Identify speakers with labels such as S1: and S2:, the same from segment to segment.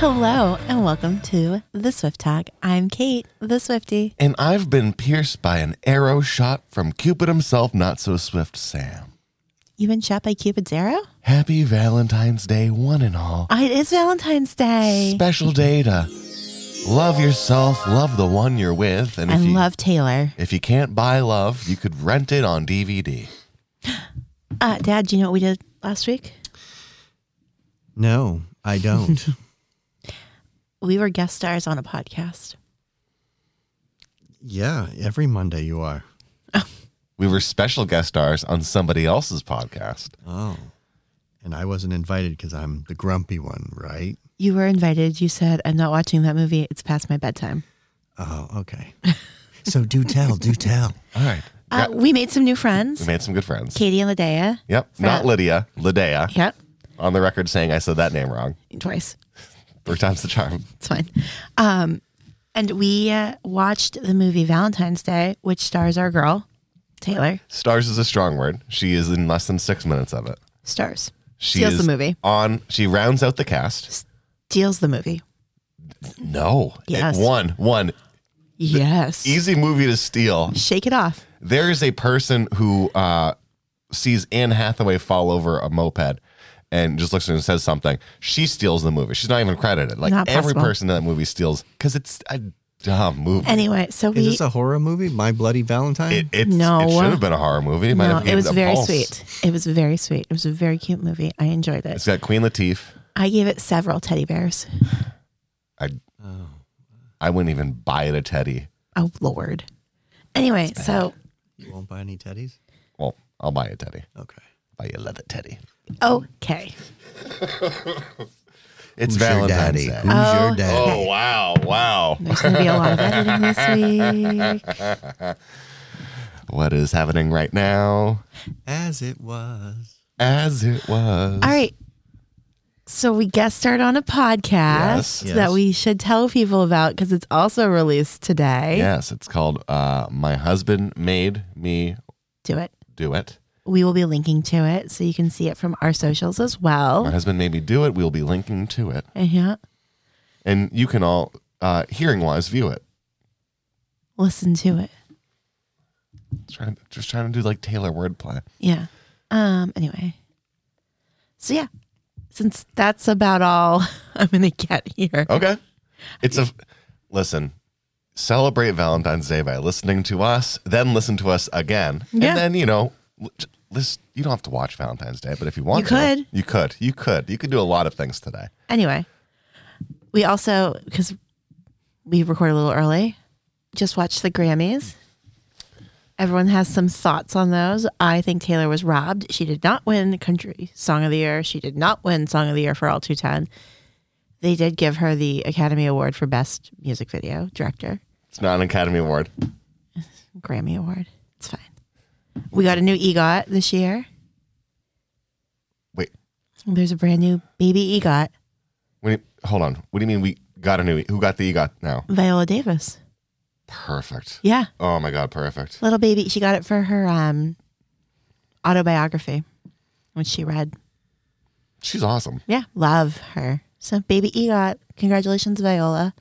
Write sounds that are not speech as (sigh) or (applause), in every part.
S1: Hello and welcome to the Swift Talk. I'm Kate, the Swifty.
S2: And I've been pierced by an arrow shot from Cupid himself, not so swift Sam.
S1: You've been shot by Cupid's arrow?
S2: Happy Valentine's Day, one and all.
S1: Oh, it is Valentine's Day.
S2: Special day to love yourself, love the one you're with, and if
S1: and
S2: you
S1: love Taylor.
S2: if you can't buy love, you could rent it on DVD.
S1: Uh, Dad, do you know what we did last week?
S3: No,
S1: (laughs)
S3: I don't.
S1: We were guest stars on a podcast.
S3: yeah, every Monday you are.
S2: We were special guest stars on somebody else's podcast.
S3: Oh. And I wasn't invited because I'm the grumpy one, right?
S1: You were invited. You said, I'm not watching that movie. It's past my bedtime.
S3: Oh,
S1: (laughs)
S3: okay. so do tell, do tell.
S2: All right,
S1: Uh,
S2: Got-
S1: we made some new
S2: we
S1: friends
S2: made some good friends.
S1: Katie and Ladea.
S2: Yep, not Lydia, Lydia.
S1: Yep.
S2: On the record, saying I said that name wrong
S1: Twice.
S2: three times the charm.
S1: It's fine. Um, and we uh, watched the movie Valentine's Day, which stars our girl, Taylor.
S2: Stars is a strong word. She is in less than six minutes of it.
S1: Stars.
S2: She
S1: Steals
S2: is
S1: the movie.
S2: On she rounds out the cast.
S1: Deals the movie.
S2: No.
S1: Yes.
S2: It- one, one.
S1: Yes.
S2: Easy movie to steal.
S1: Shake it off.
S2: There is a person who uh, sees Anne Hathaway fall over a moped and just looks at her and says something. She steals the movie. She's not even credited. Like
S1: Not
S2: every
S1: possible.
S2: person in that movie steals because it's a dumb movie.
S1: Anyway, so
S3: Is
S1: we
S3: this a horror movie? My Bloody Valentine?
S2: it, it's,
S1: No.
S2: it should have been a horror movie. It, might
S1: no,
S2: have
S1: it
S2: given
S1: was
S2: a
S1: very
S2: pulse.
S1: sweet. It was very sweet. It was a very cute movie. I enjoyed
S2: It's
S1: it.
S2: got Queen Latifah.
S1: I gave it several teddy bears.
S2: I
S3: oh.
S2: I wouldn't even buy it a teddy.
S1: Oh lord. Anyway, so
S3: You won't buy any teddies?
S2: Well, I'll buy a teddy.
S3: Okay.
S2: Buy you a leather teddy.
S1: okay.
S2: It's
S3: Who's your
S2: Valentine's
S3: daddy?
S2: Day.
S3: Who's
S1: Oh.
S3: your daddy?
S2: Oh wow, wow.
S1: There's gonna be a lot of editing
S2: (laughs)
S1: this week.
S2: What is happening right now?
S3: As it was.
S2: As it was.
S1: All right. So we guest started on a podcast
S2: Yes.
S3: Yes.
S1: that we should tell people about because it's also released today.
S2: Yes, it's called uh, My Husband Made Me
S1: Do it.
S2: Do It.
S1: We will be linking to it so you can see it from our socials as well. Uh-huh.
S2: My Husband Made Me Do It. We'll be linking to it.
S1: Yeah.
S2: And you can all, uh, hearing wise, view it.
S1: Listen to it.
S2: Just trying, just trying to do like Taylor wordplay.
S1: Yeah. Um. Anyway. So yeah, since that's about all (laughs) I'm gonna get here.
S2: Okay. It's a, listen, celebrate Valentine's Day by listening to us, then listen to us again.
S1: Yeah.
S2: And then, you know, l- j- listen, you don't have to watch Valentine's Day, but if you want
S1: You
S2: to,
S1: could.
S2: you could. You could. You could do a lot of things today.
S1: Anyway, we also because we recorded a little early, just watched the Grammys. Everyone has some thoughts on those. I think Taylor was robbed. She did not win Country Song of the Year. She did not win Song of the Year for All 210. They did give her the Academy Award for Best Music Video Director.
S2: It's not an Academy Award.
S1: Grammy Award. It's fine. We got a new EGOT this year.
S2: Wait,
S1: There's a brand new baby EGOT,
S2: What do you, hold on. What do you mean we got a new? Who got the EGOT now?
S1: Viola Davis.
S2: Perfect.
S1: Yeah,
S2: Oh my god, perfect.
S1: little baby. She got it for her um, autobiography, which she read.
S2: She's awesome.
S1: Yeah, love her. So, baby EGOT, congratulations, Viola.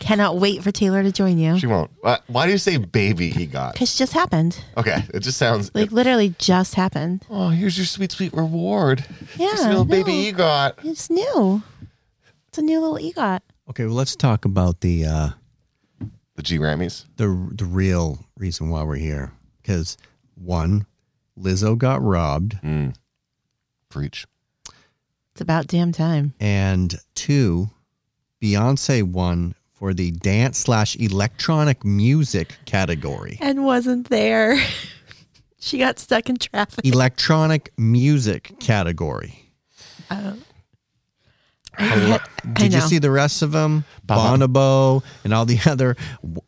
S1: Cannot wait for Taylor to join you
S2: She won't. Why, why do you say
S1: (laughs)
S2: baby EGOT?
S1: because it just happened.
S2: Okay, it just sounds.
S1: Like literally just happened.
S2: oh, here's your sweet, sweet reward.
S1: Yeah,
S2: Just a little baby E- EGOT.
S1: It's new. It's a new little EGOT.
S3: Okay, well, let's talk about the uh,
S2: The G Grammys.
S3: the the real reason why we're here. Because one, Lizzo got robbed,
S2: Preach.
S1: It's about damn time.
S3: and two, Beyonce won for the dance slash electronic music
S1: (laughs)
S3: category.
S1: and wasn't there. (laughs) she got stuck in traffic.
S3: electronic music category.
S1: I,
S3: Did you
S1: know.
S3: see the rest of them?
S2: Bah-
S3: Bonobo and all the (laughs) other w-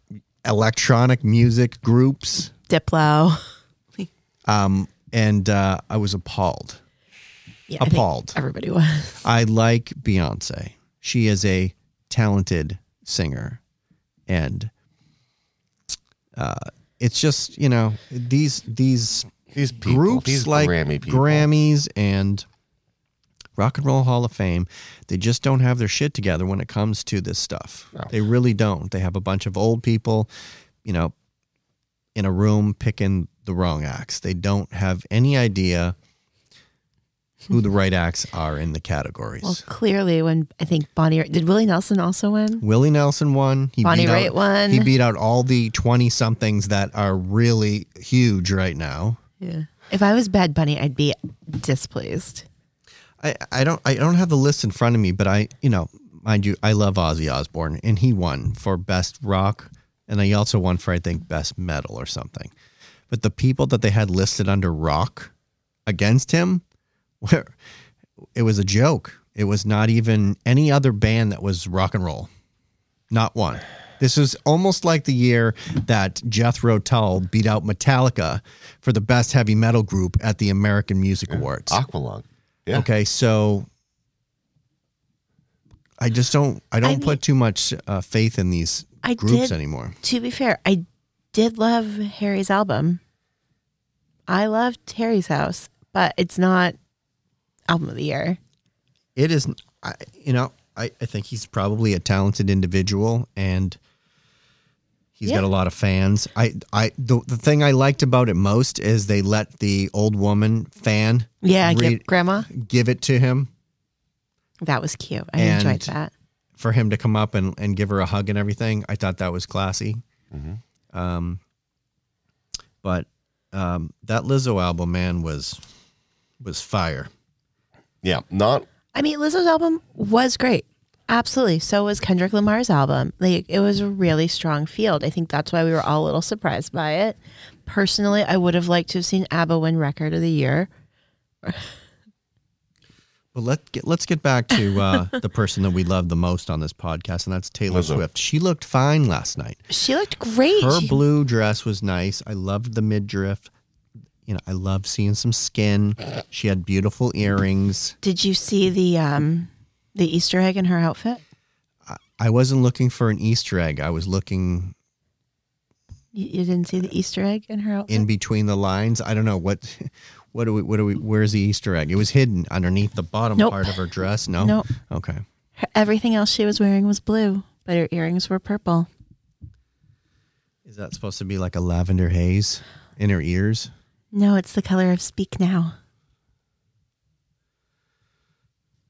S3: electronic music groups.
S1: Diplo?
S3: Um, and uh, I was appalled.
S1: Yeah, I think
S3: Appalled.
S1: Everybody was.
S3: I like Beyonce. She is a talented singer, and uh, it's just you know these these
S2: These people.
S3: groups
S2: these
S3: like
S2: Grammy people.
S3: Grammys and Rock and Roll Hall of Fame. They just don't have their shit together when it comes to this stuff.
S2: No.
S3: They really don't. They have a bunch of old people, you know, in a room picking the wrong acts. They don't have any idea who the right acts are in the categories.
S1: Well, clearly, when I think Bonnie did Willie Nelson also win.
S3: Willie Nelson won. He
S1: Bonnie
S3: beat
S1: Raitt
S3: out,
S1: won.
S3: He beat out all the 20 somethings that are really huge right now.
S1: Yeah. If I was Bad Bunny, I'd be displeased.
S3: I, I don't I don't have the list in front of me, but I you know mind you I love Ozzy Osbourne and he won for best rock and he also won for I think best metal or something. But the people that they had listed under rock against him, were it was a joke. It was not even any other band that was rock and roll, not one. This was almost like the year that Jethro Tull beat out Metallica for the best heavy metal group at the American Music Awards.
S2: Aqualung. Yeah.
S3: Okay, so I just don't I don't
S1: I mean-
S3: put too much uh, faith in these
S1: I
S3: groups
S1: did.
S3: anymore.
S1: To be fair, I did love Harry's album. I loved Harry's House, but it's not album of the year.
S3: It is I, you know, I, I think he's probably a talented individual and he's
S1: Yeah.
S3: got a lot of fans. I I the, the thing I liked about it most is they let the old woman fan
S1: Yeah, give
S3: Read-
S1: Grandma.
S3: give it to him
S1: That was cute. I
S3: And-
S1: enjoyed that.
S3: for him to come up and, and give her a hug and everything. I thought that was classy.
S2: Mhm.
S3: Um, but um, that Lizzo album, man, was was fire.
S2: Yeah. Not
S1: I mean, Lizzo's album was great. Absolutely. So was Kendrick Lamar's album. Like it was a really strong field. I think that's why we were all a little surprised by it. Personally, I would have liked to have seen ABBA win record of the year.
S3: But let get, let's get back to uh, the person that we love the most on this podcast, and that's Taylor
S2: Lizzo.
S3: Swift. She looked fine last night.
S1: She looked great.
S3: Her
S1: She-
S3: blue dress was nice. I loved the midriff. You know, I love seeing some skin. She had beautiful earrings.
S1: Did you see the um the Easter egg in her outfit?
S3: I wasn't looking for an Easter egg. I was looking
S1: You, you didn't see the Easter egg in her outfit?
S3: in between the lines. I don't know what (laughs) what do we what do we where's the Easter egg? It was hidden underneath the bottom
S1: Nope.
S3: part of her dress. No.
S1: no,
S3: Okay.
S1: her, everything else she was wearing was blue, but her earrings were purple.
S3: Is that supposed to be like a lavender haze in her ears?
S1: No, it's the color of Speak Now.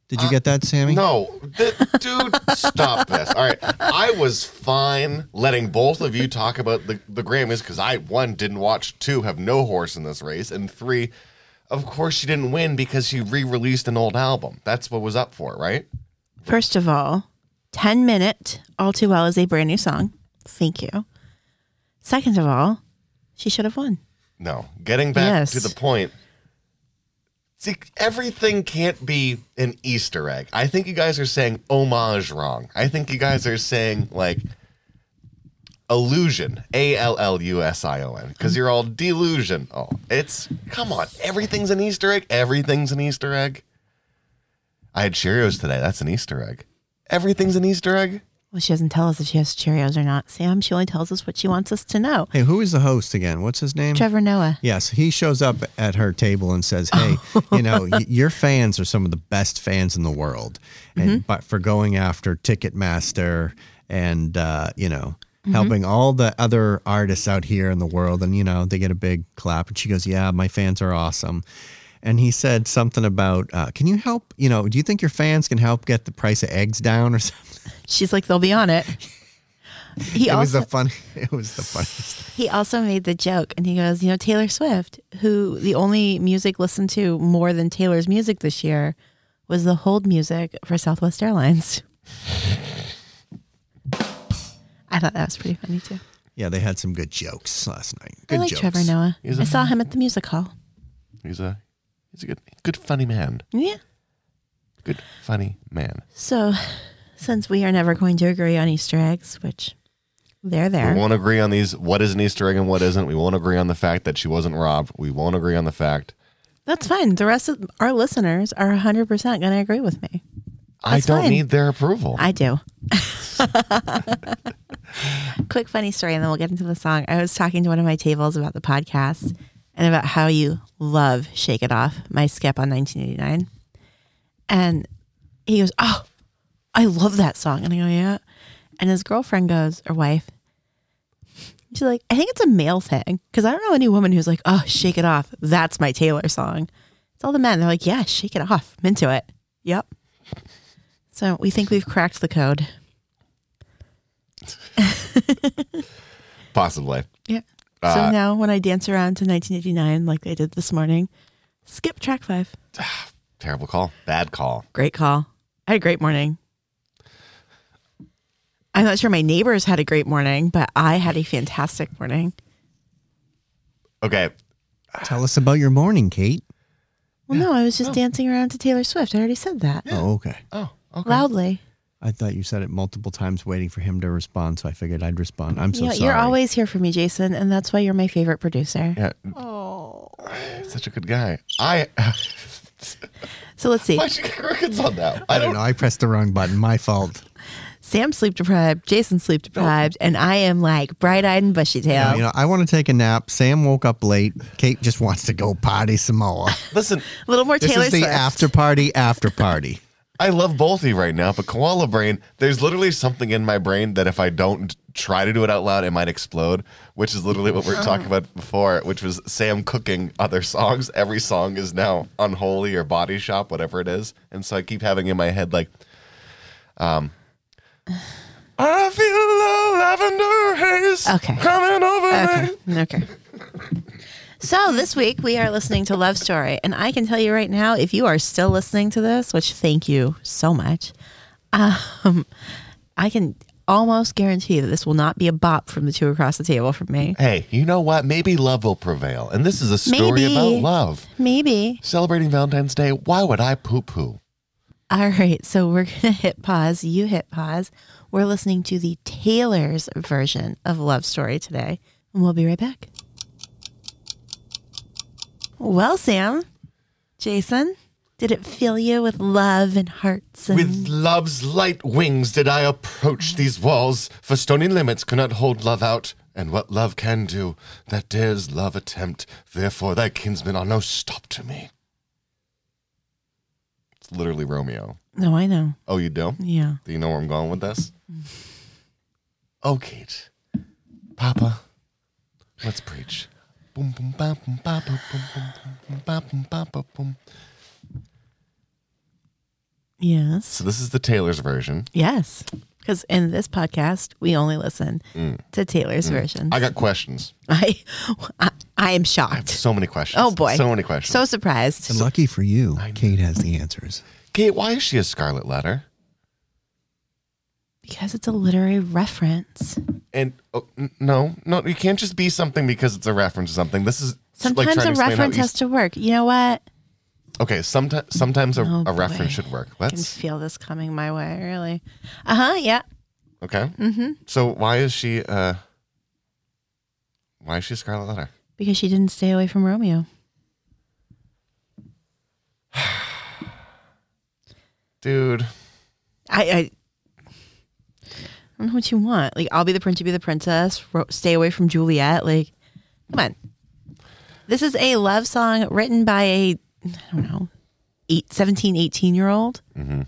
S3: Did you get that, Sammy?
S2: No, th- dude, stop this. All right, I was fine letting both of you talk about the, the Grammys because I one didn't watch, two have no horse in this race, and three, of course, she didn't win because she re-released an old album. That's what was up for, it, right?
S1: First of all, 10 minute All Too Well is a brand new song. Thank you. Second of all, she should have won.
S2: No, getting back
S1: Yes.
S2: to the point. See, everything can't be an Easter egg. I think you guys are saying homage wrong. I think you guys are saying like illusion, A L L U S I O N, because you're all delusion. Oh, it's come on. Everything's an Easter egg. Everything's an Easter egg. I had Cheerios today. That's an Easter egg. Everything's an Easter egg.
S1: Well, she doesn't tell us if she has Cheerios or not, Sam. She only tells us what she wants us to know.
S3: Hey, who is the host again? What's his name?
S1: Trevor Noah.
S3: Yes, he shows up at her table and says, "Hey,
S1: (laughs)
S3: you know, y- your fans are some of the best fans in the world, and
S1: Mm-hmm.
S3: but for going after Ticketmaster and uh, you know
S1: Mm-hmm.
S3: helping all the other artists out here in the world, and you know they get a big clap." And she goes, "Yeah, my fans are awesome." And he said something about, uh, "Can you help? You know, do you think your fans can help get the price of eggs down or (laughs) something?"
S1: She's like, they'll be on
S3: (laughs)
S1: it. He
S3: It was
S1: also
S3: the funny. (laughs) It was the funniest.
S1: he also made the joke, and he goes, you know, Taylor Swift, who the only music listened to more than Taylor's music this year was the hold music for Southwest Airlines. (laughs) I thought that was pretty funny too.
S3: Yeah, they had some good jokes last night. Good
S1: I like
S3: jokes.
S1: Trevor Noah.
S2: He's a-
S1: I saw him at the music hall.
S2: He's a he's a good good funny man.
S1: Yeah.
S2: Good funny man.
S1: So, since we are never going to agree on Easter eggs, which they're there,
S2: We won't agree on these. What is an Easter egg and what isn't? We won't agree on the fact that she wasn't robbed. We won't agree on the fact.
S1: that's fine. The rest of our listeners are 100% going to agree with me.
S2: I
S1: That's
S2: don't
S1: fine.
S2: need their approval.
S1: I do. Quick funny story, and then we'll get into the song. I was talking to one of my tables about the podcast and about how you love Shake It Off, my skip on 1989. And he goes, Oh, I love that song. And I go, Yeah. And his girlfriend goes, or wife, she's like, I think it's a male thing. Cause I don't know any woman who's like, Oh, shake it off. That's my Taylor song. It's all the men. They're like, Yeah, shake it off. I'm into it. Yep. So we think we've cracked the code.
S2: Possibly.
S1: Yeah.
S2: Uh,
S1: so now when I dance around to 1989, like I did this morning, skip track five.
S2: Terrible call. Bad call.
S1: Great call. I had a great morning. I'm not sure my neighbors had a great morning, but I had a fantastic morning.
S2: Okay.
S3: Tell us about your morning, Kate.
S1: Well, no, I was just dancing around to Taylor Swift. I already said that
S3: Oh, okay.
S2: Oh, okay.
S1: loudly.
S3: I thought you said it multiple times, waiting for him to respond. So I figured I'd respond. I'm so
S1: you know,
S3: sorry.
S1: you're always here for me, Jason, and that's why you're my favorite producer.
S2: Yeah. Such a good guy. I. (laughs)
S1: So let's see.
S2: Why'd you get crickets on that?
S3: I don't know. I pressed the wrong button. My
S1: (laughs)
S3: fault.
S1: Sam's sleep deprived, Jason's sleep deprived, and I am like bright eyed and bushy tailed.
S3: Uh, You know, I want to take a nap. Sam woke up late. Kate just wants to go potty some
S1: (laughs)
S3: more.
S2: Listen,
S1: a little more
S3: This
S1: Taylor
S3: is the
S1: Swift.
S3: after party. After (laughs) party.
S2: I love both of you right now, but koala brain, there's literally something in my brain that if I don't try to do it out loud, it might explode, which is literally what we were talking about before, which was Sam cooking other songs. Every song is now unholy or body shop, whatever it is. And so I keep having in my head, like, um, I feel a lavender haze
S1: Okay.
S2: coming over
S1: Okay.
S2: (laughs) me.
S1: Okay. So this week we are listening to Love Story, and I can tell you right now, if you are still listening to this, which thank you so much, um, I can almost guarantee that this will not be a bop from the two across the table from me.
S2: Hey, you know what? Maybe love will prevail. And this is a story
S1: Maybe.
S2: about love.
S1: Maybe.
S2: Celebrating Valentine's Day, why would I poo poo?
S1: All right, so we're (laughs) gonna hit pause. You hit pause. We're listening to the Taylor's version of Love Story today, and we'll be right back. Well, Sam, Jason, did it fill you with love and hearts? And
S2: With love's light wings did I approach these walls, for stony limits cannot hold love out. And what love can do, that dares love attempt. Therefore, thy kinsmen are no stop to me. It's literally Romeo.
S1: no, I know.
S2: Oh, you do?
S1: Yeah,
S2: Do you know where I'm going with this? Oh, Kate. Papa, let's preach. Boom, boom, ba, boom, ba, boom, boom, boom, boom, ba, boom, ba, ba, boom.
S1: yes,
S2: So, this is the Taylor's version.
S1: yes. Because in this podcast, we only listen to Taylor's version.
S2: I got questions.
S1: Mm. I, (laughs) I, I am
S2: I have
S1: shocked.
S2: so many questions.
S1: Oh boy,
S2: so many questions.
S1: So surprised.
S3: And lucky for you, Kate has the answers.
S2: Kate, why is she a scarlet letter?
S1: Because it's a literary reference.
S2: And oh, n- no, no, you can't just be something because it's a reference to something. This is
S1: Sometimes
S2: trying
S1: a
S2: explain how
S1: reference has
S2: East-
S1: to work. You know what?
S2: Okay, sometimes sometimes a,
S1: Oh,
S2: a reference
S1: boy.
S2: should work.
S1: I can
S2: Let's
S1: feel this coming my way, really. Uh huh. Yeah.
S2: okay.
S1: Mm-hmm.
S2: So why is she? uh Why is she a scarlet letter?
S1: Because she didn't stay away from Romeo.
S2: Dude,
S1: I, I, I don't know what you want. Like, I'll be the prince, you be the princess. Ro- stay away from Juliet. Like, come on. This is a love song written by a, I don't know, eight, 17, 18 year old.
S2: Mm-hmm.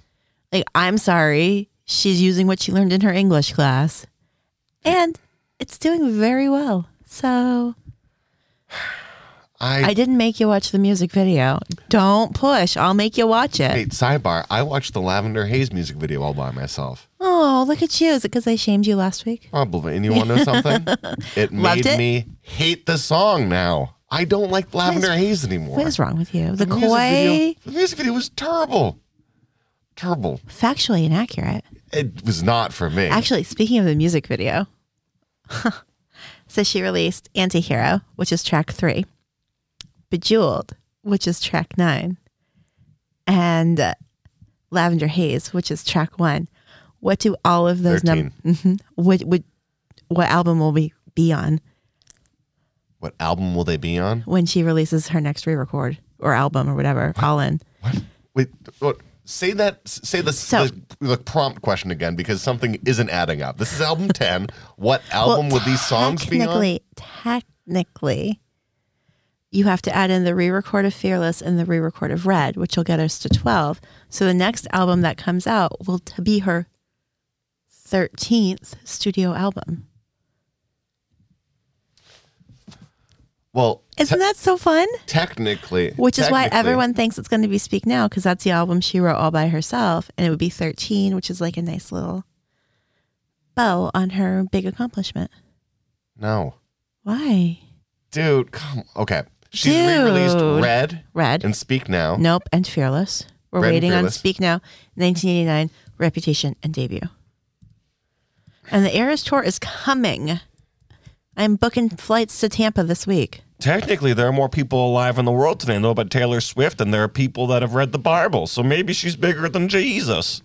S1: Like, I'm sorry. She's using what she learned in her English class. And it's doing very well. So
S2: I,
S1: I didn't make you watch the music video. Don't push. I'll make you watch it.
S2: Kate sidebar. I watched the Lavender Haze music video all by myself.
S1: Oh, look at you. Is it because I shamed you last week?
S2: Probably. And you want to
S1: (laughs)
S2: know something? It
S1: Loved
S2: made
S1: it?
S2: me hate the song now. I don't like Lavender Haze anymore.
S1: What is wrong with you? The,
S2: music video-
S1: koi,
S2: the music video was terrible. Terrible.
S1: factually inaccurate.
S2: It was not for me.
S1: Actually, speaking of the music video, (laughs) so she released Antihero, which is track three, Bejeweled, which is track nine, and uh, Lavender Haze, which is track one. What do all of those numbers? What would what album will we be on
S2: what album will they be on?
S1: when she releases her next re-record or album or whatever? All in.
S2: What? Wait, what? Say that. Say the,
S1: So-
S2: the the prompt question again because something isn't adding up. This
S1: (laughs)
S2: is album ten. What album would these songs be on?
S1: technically, Technically, you have to add in the re-record of Fearless and the re-record of Red, which will get us to 12. So the next album that comes out will t- be her 13th studio album.
S2: Well,
S1: Isn't that so fun?
S2: technically,
S1: Which is why
S2: technically-
S1: everyone thinks it's going to be Speak Now because that's the album she wrote all by herself. And it would be 13, which is like a nice little bow on her big accomplishment.
S2: No,
S1: Why?
S2: dude. Come. Okay. She's re-released
S1: Dude.
S2: Red
S1: Red.
S2: and Speak Now.
S1: Nope, and Fearless. We're
S2: Red and
S1: waiting on
S2: Fearless.
S1: Speak Now, 1989, Reputation, and Debut. And the Eras Tour is coming. I'm booking flights to Tampa this week.
S4: Technically, there are more people alive in the world today know about Taylor Swift than there are people that have read the Bible. So maybe she's bigger than Jesus.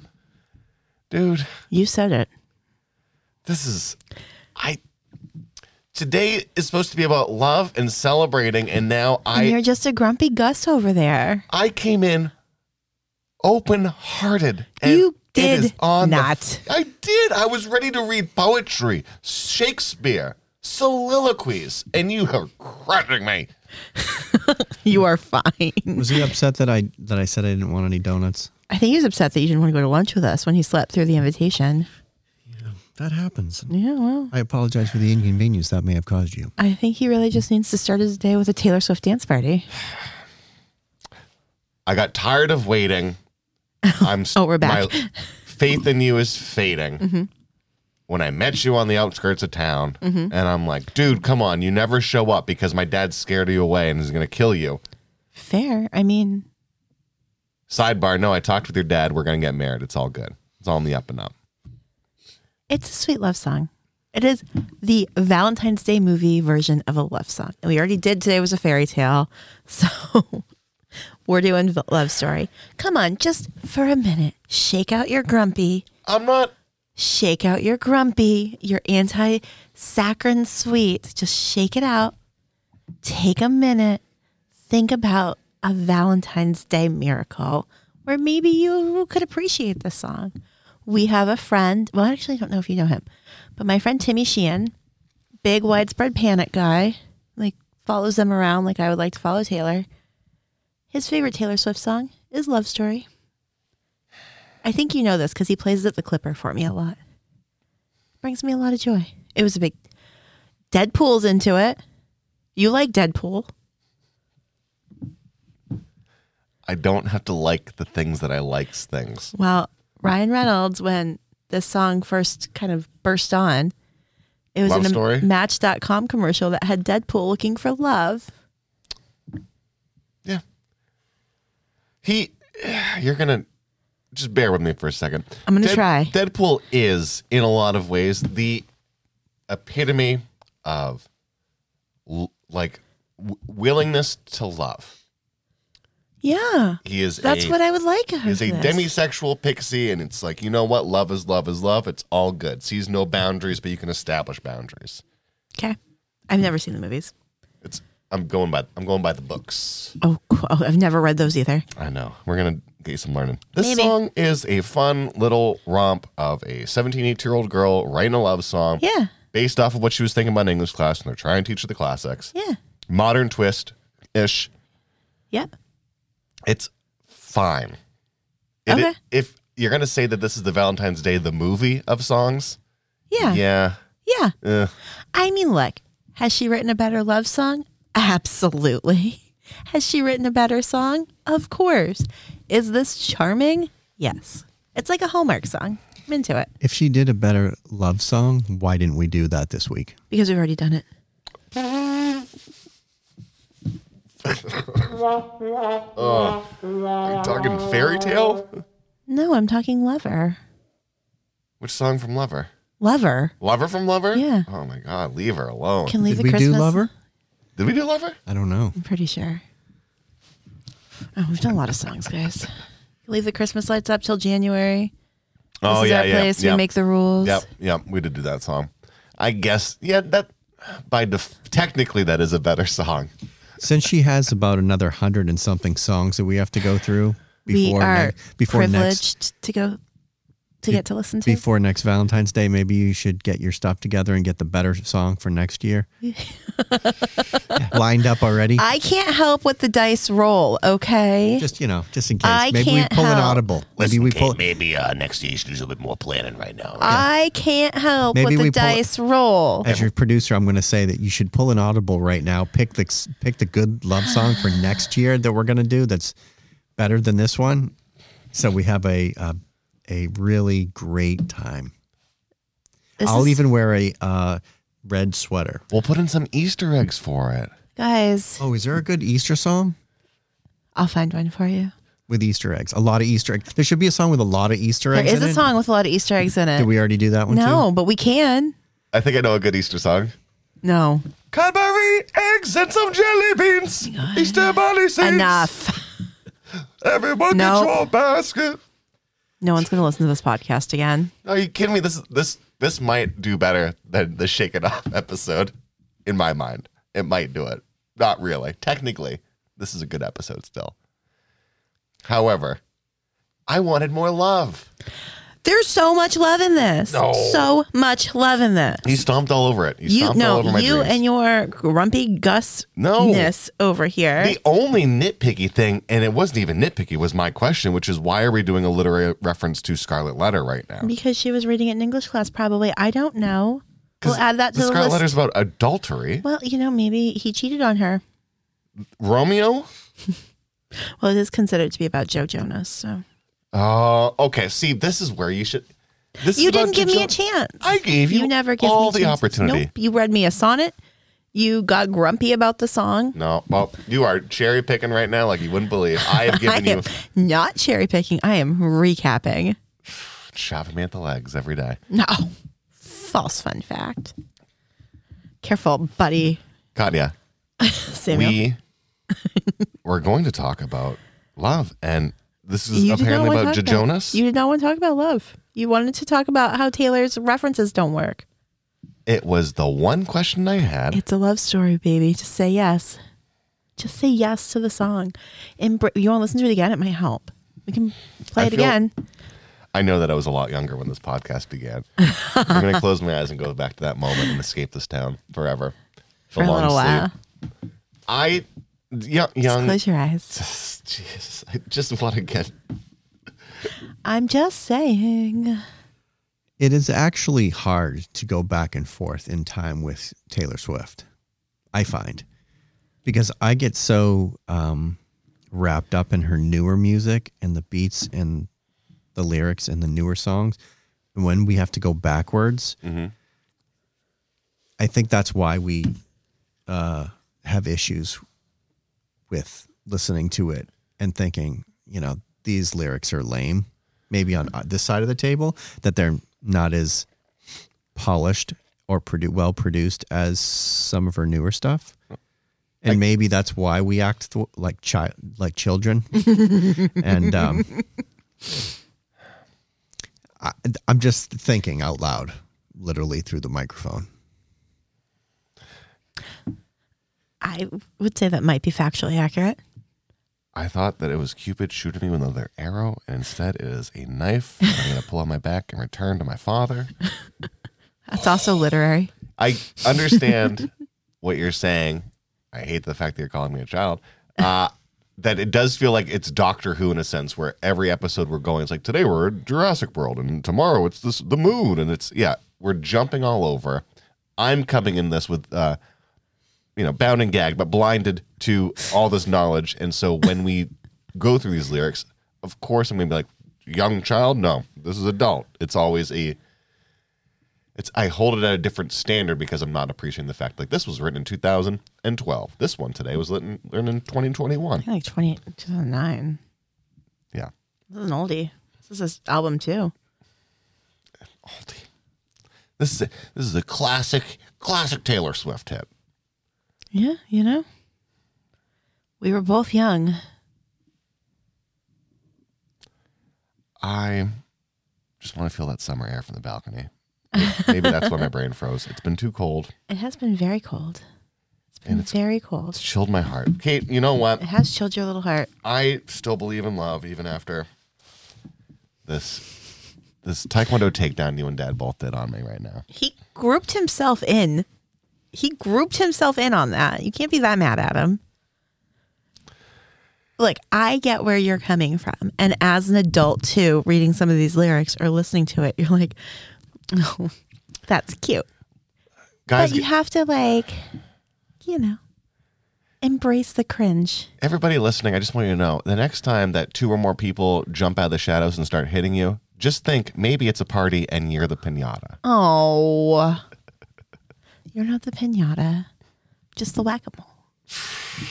S2: Dude,
S1: You said it.
S2: this is I today is supposed to be about love and celebrating and now
S1: And
S2: I
S1: you're just a grumpy Gus over there. (laughs)
S2: I came in open-hearted and
S1: You
S2: it
S1: did
S2: is on the
S1: not.
S2: f- I did. I was ready to read poetry, Shakespeare, soliloquies, and you are crushing me.
S1: You are fine.
S3: Was he upset that I that I said I didn't want any donuts?
S1: I think he was upset that you didn't want to go to lunch with us when he slept through the invitation.
S3: That happens.
S1: Yeah, well,
S3: I apologize for the inconvenience that may have caused you.
S1: I think he really just needs to start his day with a Taylor Swift dance party.
S2: I got tired
S1: (laughs)
S2: of waiting. I'm s-
S1: Oh, we're back. Mm-hmm.
S2: My faith in you is fading. When I met you on the outskirts of town,
S1: Mm-hmm.
S2: and I'm like, dude, come on, you never show up because my dad scared you away and is going to kill you.
S1: Fair. I mean,
S2: Sidebar: No, I talked with your dad. We're going to get married. It's all good. It's all in the up and up.
S1: It's a sweet love song. It is the Valentine's Day movie version of a love song. And we already did today was a fairy tale. (laughs) So we're doing v- love story. Come on, just for a minute. Shake out your grumpy.
S2: I'm not.
S1: Shake out your grumpy, your anti saccharine sweet. Just shake it out. Take a minute. Think about a Valentine's Day miracle where maybe you could appreciate this song. We have a friend. Well, actually, I don't know if you know him, but my friend Timmy Sheehan, big widespread panic guy, like follows them around like I would like to follow Taylor. His favorite Taylor Swift song is Love Story. I think you know this because he plays it at the Clipper for me a lot. Brings me a lot of joy. It was a big Deadpool's into it. You like Deadpool?
S2: I don't have to like the things that I likes things.
S1: Well, Ryan Reynolds, when this song first kind of burst on, it was
S2: Love
S1: in a
S2: story?
S1: Match.com commercial that had Deadpool looking for love.
S2: Yeah. He, you're gonna just bear with me for a second.
S1: I'm gonna try.
S2: Deadpool is, in a lot of ways, the epitome of l- like w- willingness to love.
S1: Yeah,
S2: He is.
S1: that's
S2: a,
S1: what I would like. out
S2: Is
S1: of
S2: a
S1: this.
S2: demisexual pixie, and it's like you know what? Love is love is love. It's all good. Sees no boundaries, but you can establish boundaries.
S1: Okay, I've never seen the movies.
S2: It's. I'm going by. I'm going by the books.
S1: Oh, qu- oh I've never read those either.
S2: I know. We're going to get you some learning. This
S1: Maybe.
S2: song is a fun little romp of a 17, 18 year old girl writing a love song
S1: Yeah,
S2: based off of what she was thinking about in English class, and they're trying to teach her the classics.
S1: yeah,
S2: Modern twist ish.
S1: yep.
S2: It's fine. It-
S1: Okay.
S2: if you're going to say that this is the Valentine's Day, the movie of songs,
S1: Yeah. Yeah.
S2: yeah. eh.
S1: I mean, look, has she written a better love song? Absolutely. Has she written a better song? Of course. Is this charming? Yes. It's like a Hallmark song. I'm into it
S3: If she did a better love song, why didn't we do that this week?
S1: because we've already done it.
S2: Are you talking fairy tale?
S1: No, I'm talking lover.
S2: Which song from Lover?
S1: Lover.
S2: Lover from Lover?
S1: Yeah.
S2: Oh my God, leave her alone.
S1: Can leave
S3: did
S1: the
S3: we
S1: Christmas.
S3: do Lover?
S2: Did we do Lover?
S3: I don't know.
S1: I'm pretty sure. Oh, we've done a lot of songs, guys. Leave the Christmas lights up till January.
S2: oh,
S1: this is
S2: yeah,
S1: our
S2: yeah.
S1: place.
S2: yeah.
S1: We make the rules.
S2: Yep, yep. We did do that song. I guess, yeah. That by def- technically that is a better song.
S3: Since she has about another hundred and something songs that we have to go through
S1: we
S3: before
S1: are
S3: ne- before
S1: privileged
S3: next
S1: to go to get to listen to.
S3: Before next Valentine's Day, maybe you should get your stuff together and get the better song for
S1: (laughs)
S3: next year. Lined up already.
S1: I can't help with the dice roll, okay?
S3: just you know, just in case.
S1: I
S3: maybe
S1: can't
S3: we pull an
S1: help.
S3: audible. Maybe we pull.
S4: maybe uh, next year you should do a little bit more planning right now.
S2: Uh,
S1: I can't help
S3: Maybe
S1: with
S3: we
S1: the
S3: pull-
S1: dice roll.
S3: As your producer, I'm going to say that you should pull an audible right now. Pick the pick the good love song for next year that we're going to do. That's better than this one. So we have a uh, a really great time.
S1: This
S3: I'll
S1: is-
S3: even wear a uh, red sweater.
S2: We'll put in some Easter eggs for it.
S1: guys.
S3: Oh, is there a good Easter song
S1: I'll find one for you.
S3: with Easter eggs? A lot of Easter eggs. There should be a song with a lot of Easter
S1: There
S3: eggs.
S1: is
S3: in
S1: a
S3: it.
S1: song with a lot of Easter eggs in
S3: Did
S1: it.
S3: we already do that one?
S1: No,
S3: too?
S1: but we can.
S2: I think I know a good Easter song.
S1: No.
S2: Cadbury eggs and some jelly beans. Easter bunny seeds.
S1: Enough.
S2: Everyone
S1: No.
S2: get your basket.
S1: No one's going to listen to this podcast again.
S2: Are you kidding me? This this this might do better than the Shake It Off episode. In my mind, it might do it. Not really. Technically, this is a good episode still. However, I wanted more love.
S1: There's so much love in this.
S2: No.
S1: So much love in this.
S2: You stomped all over it. You,
S1: You
S2: stomped all
S1: no,
S2: over my
S1: you
S2: dreams.
S1: and your grumpy Gus
S2: No.
S1: ness over here.
S2: the only nitpicky thing, and it wasn't even nitpicky, was my question, which is why are we doing a literary reference to Scarlet Letter right now?
S1: because she was reading it in English class, probably. I don't know. We'll
S2: 'Cause
S1: add that to
S2: The
S1: the,
S2: Scarlet
S1: list.
S2: Letter's about adultery.
S1: Well, you know, maybe he cheated on her.
S2: Romeo?
S1: Well, it is considered to be about Joe Jonas. So
S2: Oh, okay. See, this is where you should. This
S1: you
S2: is about
S1: didn't give
S2: to
S1: me a
S2: jump-
S1: chance.
S2: I gave you,
S1: you never gave
S2: all
S1: me
S2: the
S1: chances.
S2: opportunity.
S1: Nope. You read me a sonnet. You got grumpy about the song.
S2: No, well, you are cherry picking right now like you wouldn't believe. I
S1: (laughs)
S2: have
S1: I
S2: given you
S1: am not cherry picking. I am recapping.
S2: chopping me at the legs every day.
S1: No, false fun fact. Careful, buddy
S2: Katya,
S1: Samuel.
S2: we (laughs) were going to talk about love, and this is
S1: You did not
S2: apparently
S1: wanna
S2: about
S1: talk
S2: Jonas.
S1: You did not want to talk about love. You wanted to talk about how Taylor's references don't work.
S2: It was the one question I had.
S1: It's a love story, baby. Just say yes. Just say yes to the song. And br- you want to listen to it again? It might help. We can play
S2: I
S1: it
S2: feel-
S1: again.
S2: I know that I was a lot younger when this podcast began. I'm going to close my eyes and go back to that moment and escape this town forever.
S1: For a little while.
S2: I, young, young
S1: Close your eyes.
S2: (laughs) Jesus, I just want to get
S1: I'm just saying.
S3: It is actually hard to go back and forth in time with Taylor Swift, I find, because I get so um, wrapped up in her newer music and the beats and the lyrics and the newer songs. And when we have to go backwards, I think that's why we uh, have issues with listening to it and thinking, you know, these lyrics are lame. Maybe on uh, this side of the table that they're not as polished or produ- well produced as some of her newer stuff. And maybe that's why we act th- like child, like children. and um, I, I'm just thinking out loud, literally through the microphone.
S1: I would say that might be factually accurate.
S2: I thought that it was Cupid shooting me with another arrow, and instead it is a knife. that I'm going to pull on my back and return to my father.
S1: That's also literary.
S2: I understand what you're saying. I hate the fact that you're calling me a child. Uh, that it does feel like it's Doctor Who in a sense, where every episode we're going, it's like today we're at Jurassic World, and tomorrow it's this the moon, and it's yeah, we're jumping all over. I'm coming in this with, uh, you know, bound and gagged, but blinded to all this knowledge, and so when we go through these lyrics, of course I'm gonna be like, young child, no, this is adult. It's always a it's I hold it at a different standard because I'm not appreciating the fact like this was written in 2012. This one today was written, written in 2021.
S1: (laughs) I think like 20, 2009.
S2: Yeah.
S1: This is an oldie. This is his album, too.
S2: Oh, This is a, this is a classic classic Taylor Swift hit.
S1: Yeah, you know? We were both young.
S2: I just want to feel that summer air from the balcony. Maybe that's why my brain froze. It's been too cold.
S1: It has been very cold. It's been
S2: And it's-
S1: very
S2: It's
S1: cold.
S2: chilled my heart. Kate, you know what?
S1: It has chilled your little heart.
S2: I still believe in love even after this this taekwondo takedown you and Dad both did on me right now.
S1: He grouped himself in. He grouped himself in on that. You can't be that mad at him. Look, I get where you're coming from. And as an adult, too, reading some of these lyrics or listening to it, (laughs) you're like, oh, that's cute.
S2: Guys,
S1: but you have to, like, you know, embrace the cringe.
S2: everybody listening, I just want you to know the next time that two or more people jump out of the shadows and start hitting you, just think maybe it's a party and you're the pinata.
S1: Oh, you're not the pinata, just the whack a mole. (laughs)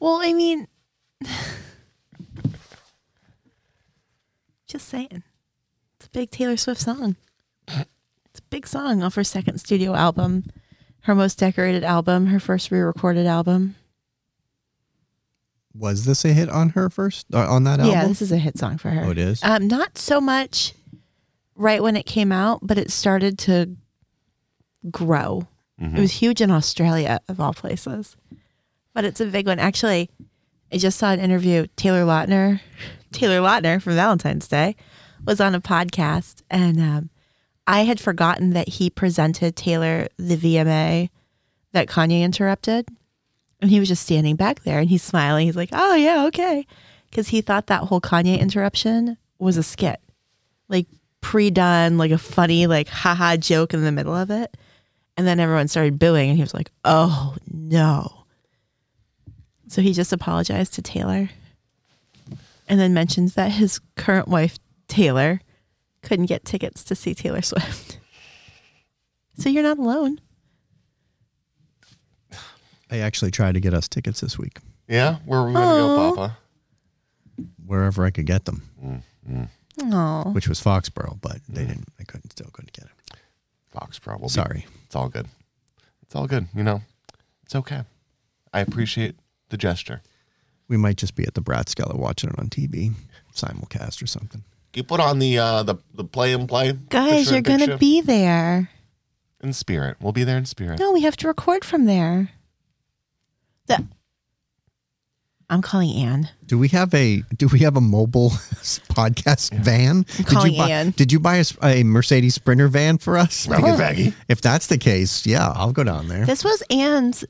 S1: Well, I mean, just saying. It's a big Taylor Swift song. It's a big song off her second studio album, her most decorated album, her first re recorded album.
S3: Was this a hit on her first uh, on that album?
S1: Yeah, this is a hit song for her.
S3: Oh, it is?
S1: Um, not so much right when it came out, but it started to grow.
S3: Mm-hmm.
S1: It was huge in Australia, of all places. But it's a big one. Actually, I just saw an interview. Taylor Lautner, (laughs) Taylor Lautner from Valentine's Day, was on a podcast, and um, I had forgotten that he presented Taylor the VMA that Kanye interrupted. And he was just standing back there and he's smiling. He's like, oh, yeah, okay. Because he thought that whole Kanye interruption was a skit, like pre done, like a funny, like, haha joke in the middle of it. And then everyone started booing and he was like, oh, no. So he just apologized to Taylor and then mentioned that his current wife, Taylor, couldn't get tickets to see Taylor Swift. (laughs) So you're not alone.
S3: I actually tried to get us tickets this week
S2: Yeah, where are we gonna
S1: Aw.
S2: go, Papa?
S3: wherever I could get them,
S1: Oh,
S3: which was Foxborough, but
S1: Mm.
S3: they didn't. I couldn't still couldn't get them.
S2: Fox probably.
S3: Sorry.
S2: It's all good. It's all good. You know, it's okay. I appreciate the gesture.
S3: We might just be at the Bratskella watching it on TV, simulcast or something.
S2: You put on the uh the, the play and play.
S1: guys,
S2: picture
S1: you're
S2: in
S1: going to
S2: picture.
S1: be there.
S2: in spirit. We'll be there in spirit.
S1: No, we have to record from there. The I'm calling Anne.
S3: Do we have a Do we have a mobile (laughs) podcast van? did
S1: calling
S3: you buy,
S1: Ann.
S3: Did you buy a, s- a Mercedes Sprinter van for us? Because
S2: Vaggie.
S3: if that's the case, yeah, I'll go down there.
S1: This was Anne's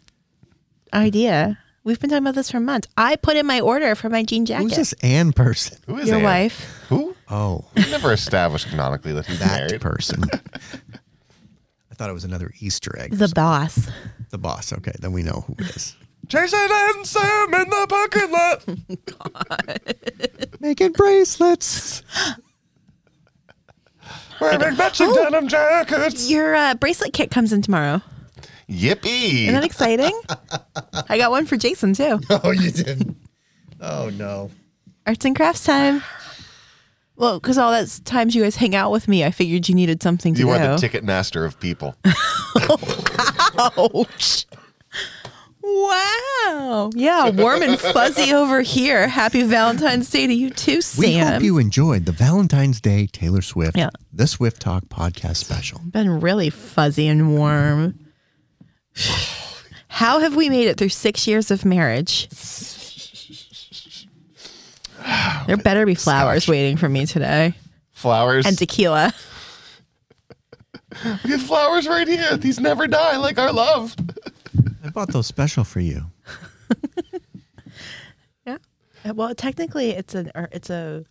S1: idea. We've been talking about this for months. I put in my order for my jean jacket.
S3: Who's this Ann person?
S2: Who is
S1: Your
S2: Ann?
S1: wife.
S2: Who?
S3: Oh,
S2: We never established canonically that he's
S3: that
S2: married.
S3: person. I thought it was another Easter egg. or
S1: The
S3: something.
S1: boss.
S3: the boss. Okay, then we know who it is. (laughs)
S4: Jason and Sam in the parking
S1: (laughs)
S4: lot.
S2: (laughs)
S3: Making bracelets.
S4: Wearing matching
S1: Oh.
S4: denim jackets.
S1: Your uh, bracelet kit comes in tomorrow. Isn't that
S2: Yippee!
S1: exciting?
S2: (laughs)
S1: I got one for Jason too.
S3: Oh, you didn't. Oh no.
S1: Arts and crafts time. Well, because all those times you guys hang out with me, I figured you needed something to
S2: You
S1: do.
S2: are the ticket master of people.
S1: Ouch. Wow. Yeah, warm and
S3: (laughs)
S1: fuzzy over here. Happy Valentine's Day to you too, Sam.
S3: We hope you enjoyed the Valentine's Day Taylor Swift,
S1: Yeah.
S3: the Swift Talk podcast special.
S1: Been really fuzzy and warm. How have we made it through six years of marriage? There better be flowers waiting for me today
S2: Flowers. (laughs)
S1: and tequila.
S2: we have flowers right here. These never die like our love.
S3: I bought those special for you.
S1: Yeah. Uh, Well, technically, it's an or it's a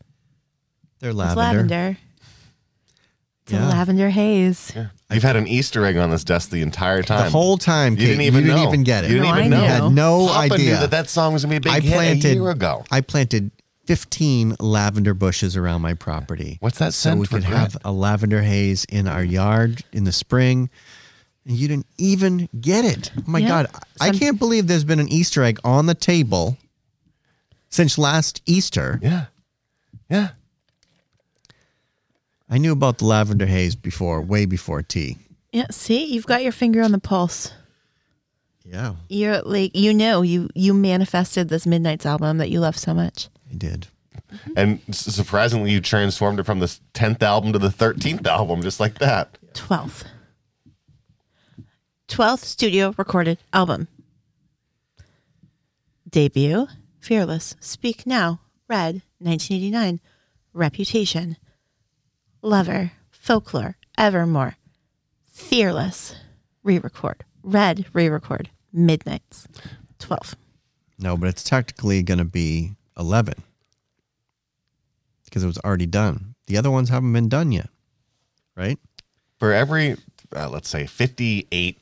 S3: They're
S1: it's
S3: lavender.
S1: lavender. It's
S3: Yeah.
S1: a lavender haze.
S2: You've had an Easter egg on this desk the entire time.
S3: The whole time, Kate,
S2: you didn't even know.
S3: get it.
S2: You didn't
S1: No,
S2: even
S1: I
S2: know.
S1: knew.
S3: had no
S2: Papa
S3: idea.
S2: knew that that song was gonna be a big
S3: I
S2: hit
S3: planted
S2: a year ago.
S3: I planted 15 lavender bushes around my property.
S2: What's that
S3: So
S2: scent
S3: we
S2: for
S3: could
S2: bread?
S3: have a lavender haze in our yard in the spring. And you didn't even get it. Oh my
S1: Yeah.
S3: God. I I
S1: Some-
S3: can't believe there's been an Easter egg on the table since last Easter.
S2: Yeah. Yeah.
S3: I knew about the lavender haze before, way before tea.
S1: Yeah. See, you've got your finger on the pulse.
S3: Yeah,
S1: You're like you know you you manifested this Midnight's album that you love so much.
S3: I did.
S2: And s- surprisingly, you transformed it from the tenth album to the thirteenth album, just like that.
S1: Twelfth, twelfth studio recorded album. Debut: Fearless, Speak Now, Red, 1989, Reputation, Lover, Folklore, Evermore, Fearless, re record, Red, re record, Midnights, 12.
S3: No, but it's technically going to be 11 because it was already done. The other ones haven't been done yet, right?
S2: for every uh, let's say 58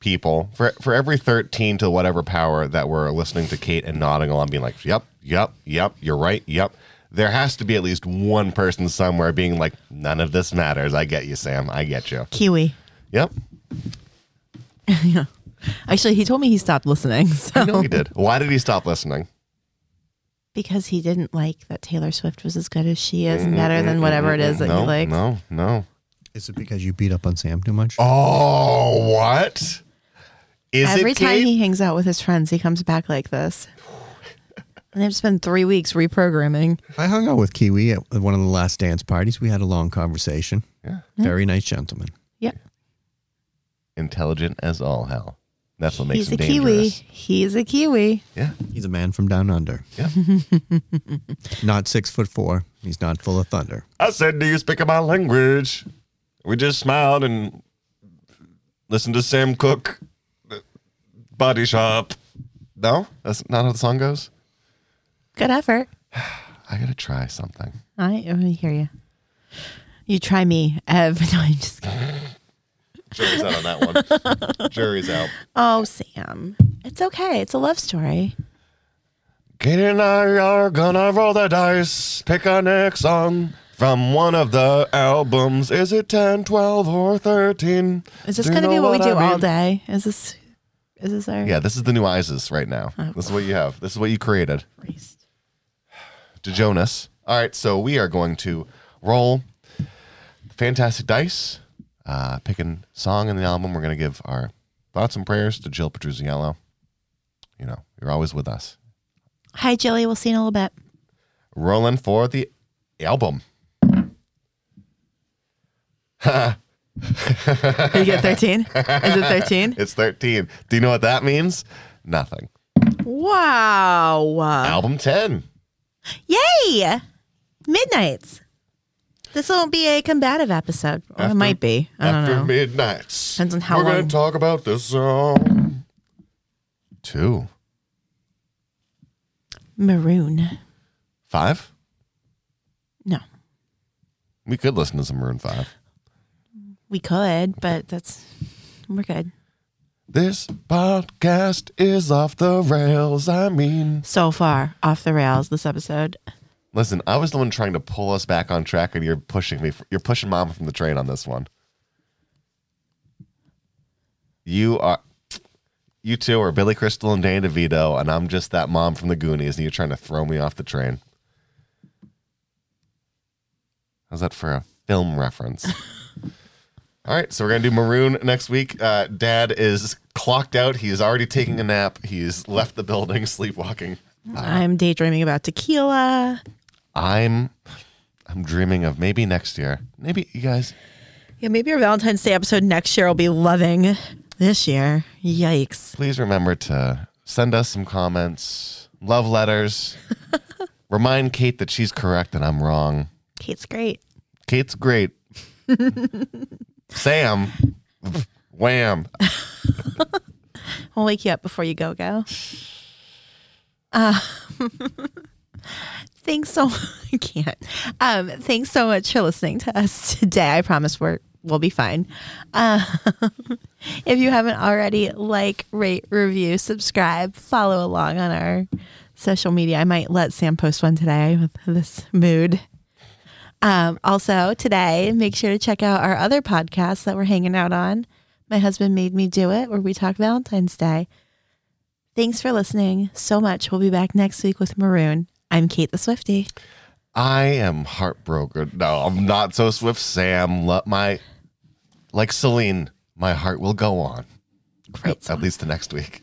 S2: people for for every 13 to whatever power that were listening to Kate and nodding along being like yep yep yep you're right yep there has to be at least one person somewhere being like none of this matters I get you Sam I get you
S1: Kiwi.
S2: yep
S1: (laughs) yeah. Actually, he told me he stopped listening. So.
S2: I know he
S1: (laughs)
S2: did why did he stop listening
S1: Because he didn't like that Taylor Swift was as good as she is and better than whatever it is that
S2: no
S1: he likes.
S2: no no
S3: Is it because you beat up on Sam too much?
S2: oh what is
S1: Every
S2: it
S1: time
S2: Kate?
S1: he hangs out with his friends, he comes back like this. And they've spent three weeks reprogramming.
S3: I hung out with Kiwi at one of the last dance parties. We had a long conversation.
S2: Yeah.
S3: Very nice gentleman.
S1: Yep.
S2: intelligent as all hell that's what makes
S1: He's
S2: him
S1: a Kiwi.
S2: dangerous
S1: He's a Kiwi.
S2: yeah
S3: He's a man from down under.
S2: Yeah.
S3: (laughs) not six foot four. He's not full of thunder.
S4: I said, Do you speak my language? We just smiled and listened to Sam Cook, Body Shop.
S2: no that's not how the song goes
S1: Good effort.
S2: I gotta try something.
S1: I, I hear you. You try me, Ev. (laughs) No, I'm just kidding.
S2: Jury's out on that
S1: (laughs)
S2: one. Jury's out.
S1: Oh, Sam. It's okay. It's a love story.
S4: Katie and I are gonna roll the dice, pick our next song from one of the albums. Is it 10, 12, or 13?
S1: Is this
S4: Do you
S1: going to be
S4: know
S1: what we
S4: what
S1: do
S4: I
S1: all
S4: mean?
S1: day? Is this, is this our
S2: Yeah, this is the new ISIS right now.
S1: Oh.
S2: This is what you have. This is what you created.
S1: race?
S2: To Jonas. All right, so we are going to roll fantastic dice, uh, picking song in the album. We're gonna give our thoughts and prayers to Jill Petruzziello. You know, you're always with us.
S1: Hi, Jilly. We'll see you in a little bit.
S2: Rolling for the album.
S1: Did you get 13? Is it 13?
S2: It's 13. Do you know what that means? Nothing.
S1: Wow.
S2: Album 10.
S1: Yay! Midnights. This won't be a combative episode. Or
S2: After-
S1: it might be. I don't
S2: after
S1: know.
S2: midnight.
S1: Depends on how
S2: We're
S1: long.
S2: gonna talk about this song. Two,
S1: Maroon.
S2: five.
S1: No,
S2: We could listen to some Maroon Five.
S1: we could, but that's we're good.
S2: This podcast is off the rails. I mean,
S1: So far off the rails this episode.
S2: Ah. listen. I was the one trying to pull us back on track, and you're pushing me. You're pushing mom from the train on this one. You are. You two are Billy Crystal and Dan DeVito, and I'm just that mom from the Goonies, and you're trying to throw me off the train. How's that for a film reference? All right, so we're gonna do Maroon next week. Uh, Dad is clocked out. He's already taking a nap. He's left the building, (laughs) sleepwalking.
S1: I'm daydreaming about tequila.
S2: I'm, I'm dreaming of maybe next year. Maybe you guys.
S1: Yeah, maybe our Valentine's Day episode next year will be loving this year. Yikes.
S2: please remember to send us some comments, love letters. Remind Kate that she's correct and I'm wrong.
S1: Kate's great.
S2: Kate's great. Sam, wham.
S1: We'll wake you up before you go go. Uh, (laughs) thanks so (laughs) I can't. Um, thanks so much for listening to us today. I promise we're we'll be fine. Uh, (laughs) if you haven't already, like, rate, review, subscribe, follow along on our social media. I might let Sam post one today with this mood. Um, also, today, make sure to check out our other podcasts that we're hanging out on. My husband made me do it, where we talk Valentine's Day. Thanks for listening so much. We'll be back next week with Maroon. I'm Kate the Swifty.
S2: I am heartbroken. No, I'm not so swift, Sam. Let my, like Celine, my heart will go on.
S1: Great.
S2: At least the next week.